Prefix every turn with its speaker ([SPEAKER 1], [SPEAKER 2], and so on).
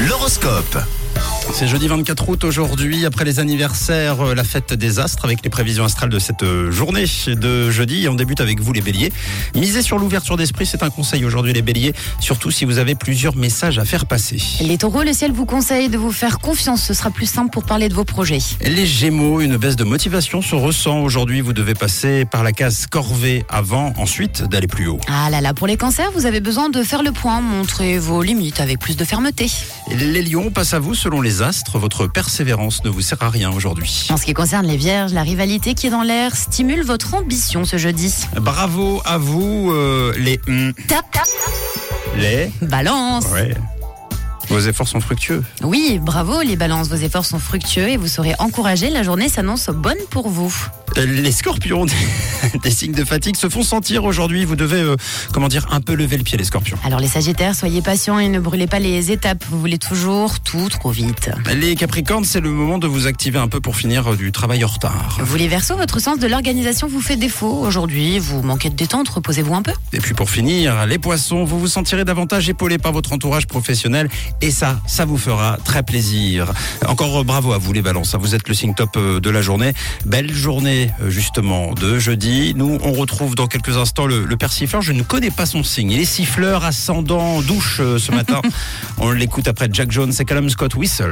[SPEAKER 1] L'horoscope.
[SPEAKER 2] C'est jeudi 24 août aujourd'hui, après les anniversaires, euh, la fête des astres avec les prévisions astrales de cette euh, journée de jeudi. Et on débute avec vous les béliers. Misez sur l'ouverture d'esprit, c'est un conseil aujourd'hui les béliers, surtout si vous avez plusieurs messages à faire passer.
[SPEAKER 3] Les taureaux, le ciel vous conseille de vous faire confiance, ce sera plus simple pour parler de vos projets.
[SPEAKER 2] Les gémeaux, une baisse de motivation se ressent aujourd'hui. Vous devez passer par la case corvée avant, ensuite d'aller plus haut.
[SPEAKER 3] Ah là là, pour les cancers, vous avez besoin de faire le point, montrer vos limites avec plus de fermeté.
[SPEAKER 2] Les lions, passe à vous selon les astres, votre persévérance ne vous sert à rien aujourd'hui.
[SPEAKER 3] En ce qui concerne les vierges, la rivalité qui est dans l'air stimule votre ambition ce jeudi.
[SPEAKER 2] Bravo à vous euh, les... hum,
[SPEAKER 3] Tap tap
[SPEAKER 2] les...
[SPEAKER 3] Balance
[SPEAKER 2] Ouais. Vos efforts sont fructueux.
[SPEAKER 3] Oui, bravo les balances, vos efforts sont fructueux et vous serez encouragés, la journée s'annonce bonne pour vous.
[SPEAKER 2] Euh, Les scorpions, des- des signes de fatigue se font sentir aujourd'hui. Vous devez, euh, comment dire, un peu lever le pied, les scorpions.
[SPEAKER 3] Alors les sagittaires, soyez patients et ne brûlez pas les étapes, vous voulez toujours tout trop vite.
[SPEAKER 2] Les capricornes, c'est le moment de vous activer un peu pour finir euh, du travail en retard.
[SPEAKER 3] Vous les versos, votre sens de l'organisation vous fait défaut. Aujourd'hui, vous manquez de détente, reposez-vous un peu.
[SPEAKER 2] Et puis pour finir, les poissons, vous vous sentirez davantage épaulé par votre entourage professionnel. Et ça, ça vous fera très plaisir. Encore euh, bravo à vous, les balances. hein. Vous êtes le signe top euh, de la journée. Belle journée, euh, justement, de jeudi. Nous, on retrouve dans quelques instants le, le père siffleur. Je ne connais pas son signe. Il est siffleur, ascendant, douche euh, ce matin. on l'écoute après Jack Jones et Callum Scott Whistle.